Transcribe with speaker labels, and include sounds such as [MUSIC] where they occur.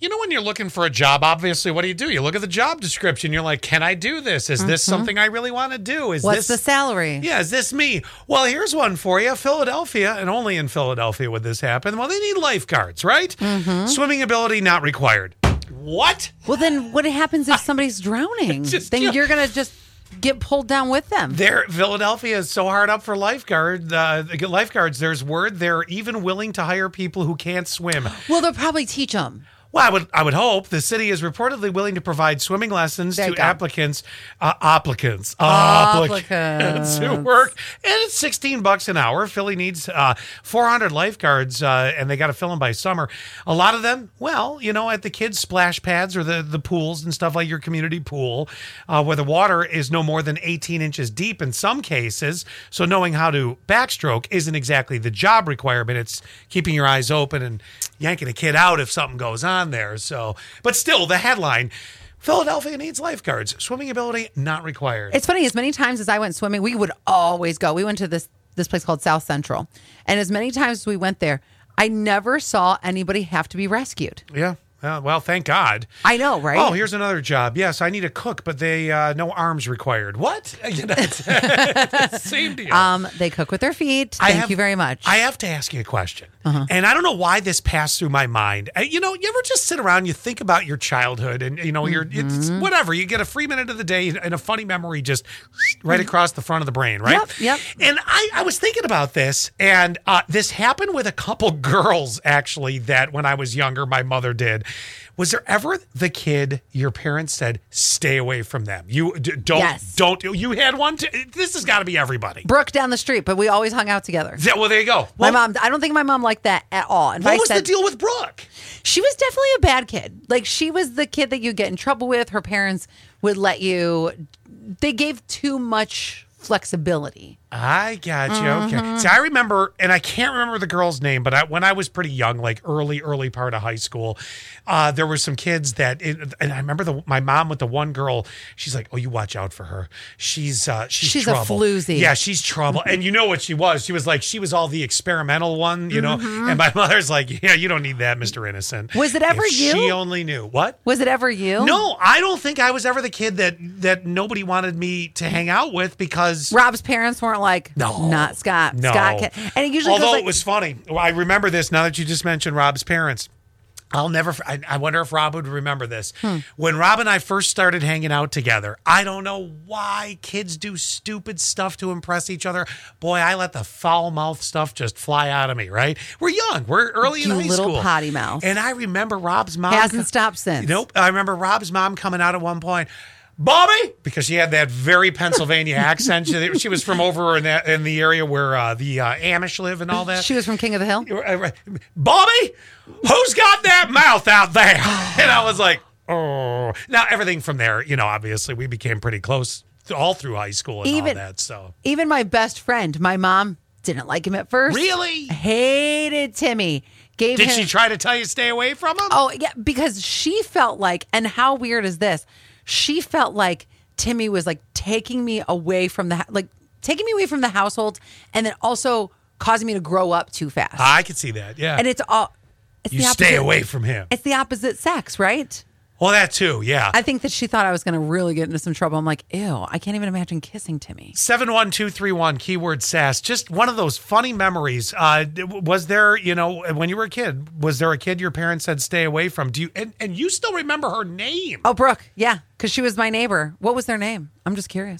Speaker 1: you know, when you're looking for a job, obviously, what do you do? You look at the job description. You're like, can I do this? Is this something I really want to do? Is this
Speaker 2: What's the salary?
Speaker 1: Yeah, is this me? Well, here's one for you. Philadelphia, and only in Philadelphia would this happen. Well, they need lifeguards, right? Swimming ability not required. What?
Speaker 2: Well, then what happens if somebody's drowning?
Speaker 1: Just-
Speaker 2: then
Speaker 1: yeah.
Speaker 2: you're going to just get pulled down with them.
Speaker 1: There, Philadelphia is so hard up for lifeguard uh, lifeguards. There's word they're even willing to hire people who can't swim.
Speaker 2: well, they'll probably teach them.
Speaker 1: Well, I would I would hope the city is reportedly willing to provide swimming lessons
Speaker 2: There you
Speaker 1: to
Speaker 2: go.
Speaker 1: applicants uh, applicants
Speaker 2: Applicants.
Speaker 1: to work, and it's sixteen bucks an hour. Philly needs uh, four hundred lifeguards, uh, and they got to fill them by summer. A lot of them, well, you know, at the kids' splash pads or the the pools and stuff like your community pool, uh, where the water is no more than eighteen inches deep in some cases. So knowing how to backstroke isn't exactly the job requirement. It's keeping your eyes open and yanking a kid out if something goes on there. So, but still, the headline. Philadelphia needs lifeguards. Swimming ability not required.
Speaker 2: It's funny, as many times as I went swimming, we would always go. We went to this this place called South Central. And as many times as we went there, I never saw anybody have to be rescued.
Speaker 1: yeah. Uh, well, thank God.
Speaker 2: I know, right?
Speaker 1: Oh, here's another job. Yes, I need a cook, but they uh, no arms required. What? [LAUGHS] You know, it's- Same deal.
Speaker 2: um, they cook with their feet.
Speaker 1: I
Speaker 2: Thank
Speaker 1: have-
Speaker 2: you very much. Uh-huh.
Speaker 1: I have to ask you a question, and I don't know why this passed through my mind. Uh, You know, you ever just sit around, you think about your childhood, and you know, your it's
Speaker 2: Mm-hmm.
Speaker 1: whatever. You get a free minute of the day and a funny memory just [SNIFFS] right across the front of the brain, right?
Speaker 2: Mm-hmm. Yep, yep.
Speaker 1: And I, I was thinking about this, and uh, this happened with a couple [LAUGHS] girls actually. That when I was younger, my mother did. Was there ever the kid your parents said stay away from them? You d- don't
Speaker 2: Yes.
Speaker 1: don't you had one? Too? This has got to be everybody.
Speaker 2: Brooke down the street, but we always hung out together.
Speaker 1: Yeah, well, there you go.
Speaker 2: My
Speaker 1: Well,
Speaker 2: mom, I don't think my mom liked that at all. And
Speaker 1: What
Speaker 2: I
Speaker 1: was the
Speaker 2: said-
Speaker 1: deal with Brooke?
Speaker 2: She was definitely a bad kid. Like she was the kid that you get in trouble with. Her parents would let you. They gave too much flexibility.
Speaker 1: I got you.
Speaker 2: Mm-hmm.
Speaker 1: Okay. See, I remember, and I can't remember the girl's name, but I, when I was pretty young, like early, early part of high school, uh, there were some kids that, it, and I remember the, my mom with the one girl. She's like, "Oh, you watch out for her. She's uh, she's
Speaker 2: She's a
Speaker 1: trouble.
Speaker 2: floozy.
Speaker 1: Yeah, she's trouble." and you know what she was? She was like, she was all the experimental one, you know. And my [LAUGHS] mother's like, "Yeah, you don't need that, Mister Innocent."
Speaker 2: Mm-hmm. Was it ever
Speaker 1: If She
Speaker 2: you?
Speaker 1: only knew what.
Speaker 2: Was it ever you?
Speaker 1: No, I don't think I was ever the kid that that nobody wanted me to hang out with because
Speaker 2: Rob's parents weren't like,
Speaker 1: No.
Speaker 2: not Scott. Scott, can, and it usually
Speaker 1: although
Speaker 2: goes like,
Speaker 1: it was funny. Well, I remember this now that you just mentioned Rob's parents. I'll never. f- I, I wonder if Rob would remember this.
Speaker 2: Hmm.
Speaker 1: When Rob and I first started hanging out together, I don't know why kids do stupid stuff to impress each other. Boy, I let the foul mouth stuff just fly out of me. Right? We're young. We're early
Speaker 2: You
Speaker 1: in high
Speaker 2: little
Speaker 1: school.
Speaker 2: potty mouth.
Speaker 1: And I remember Rob's mom
Speaker 2: hasn't stopped since.
Speaker 1: Nope. I remember Rob's mom coming out at one point. Bobby, because she had that very
Speaker 2: [LAUGHS]
Speaker 1: Pennsylvania accent. She, she was from over in, that, in the area where uh, the uh, Amish live and all that. uh,
Speaker 2: She was from King of the Hill.
Speaker 1: Bobby, who's got that mouth out there? [LAUGHS] And I was like, oh. Now everything from there, you know, obviously we became pretty close all through high school and all
Speaker 2: Even-
Speaker 1: that. So
Speaker 2: Even my best friend, my mom didn't like him at first.
Speaker 1: really,
Speaker 2: hated Timmy. Gave
Speaker 1: did
Speaker 2: him,
Speaker 1: she try to tell you stay away from him?
Speaker 2: Oh, yeah, because she felt like, and how weird is this? She felt like Timmy was like taking me away from the like taking me away from the household, and then also causing me to grow up too fast.
Speaker 1: I could see that. Yeah,
Speaker 2: and it's all it's
Speaker 1: you
Speaker 2: the
Speaker 1: stay
Speaker 2: opposite-
Speaker 1: away from him.
Speaker 2: It's the opposite sex, right?
Speaker 1: Well, that too. Yeah.
Speaker 2: I think that she thought I was going to really get into some trouble. I'm like, ew, I can't even imagine kissing Timmy.
Speaker 1: 71231 keyword sass just one of those funny memories uh d- was there you know when you were a kid was there a kid your parents said stay away from do you and, and you still remember her name
Speaker 2: Oh, Brooke, yeah, because she was my neighbor. What was their name? I'm just curious.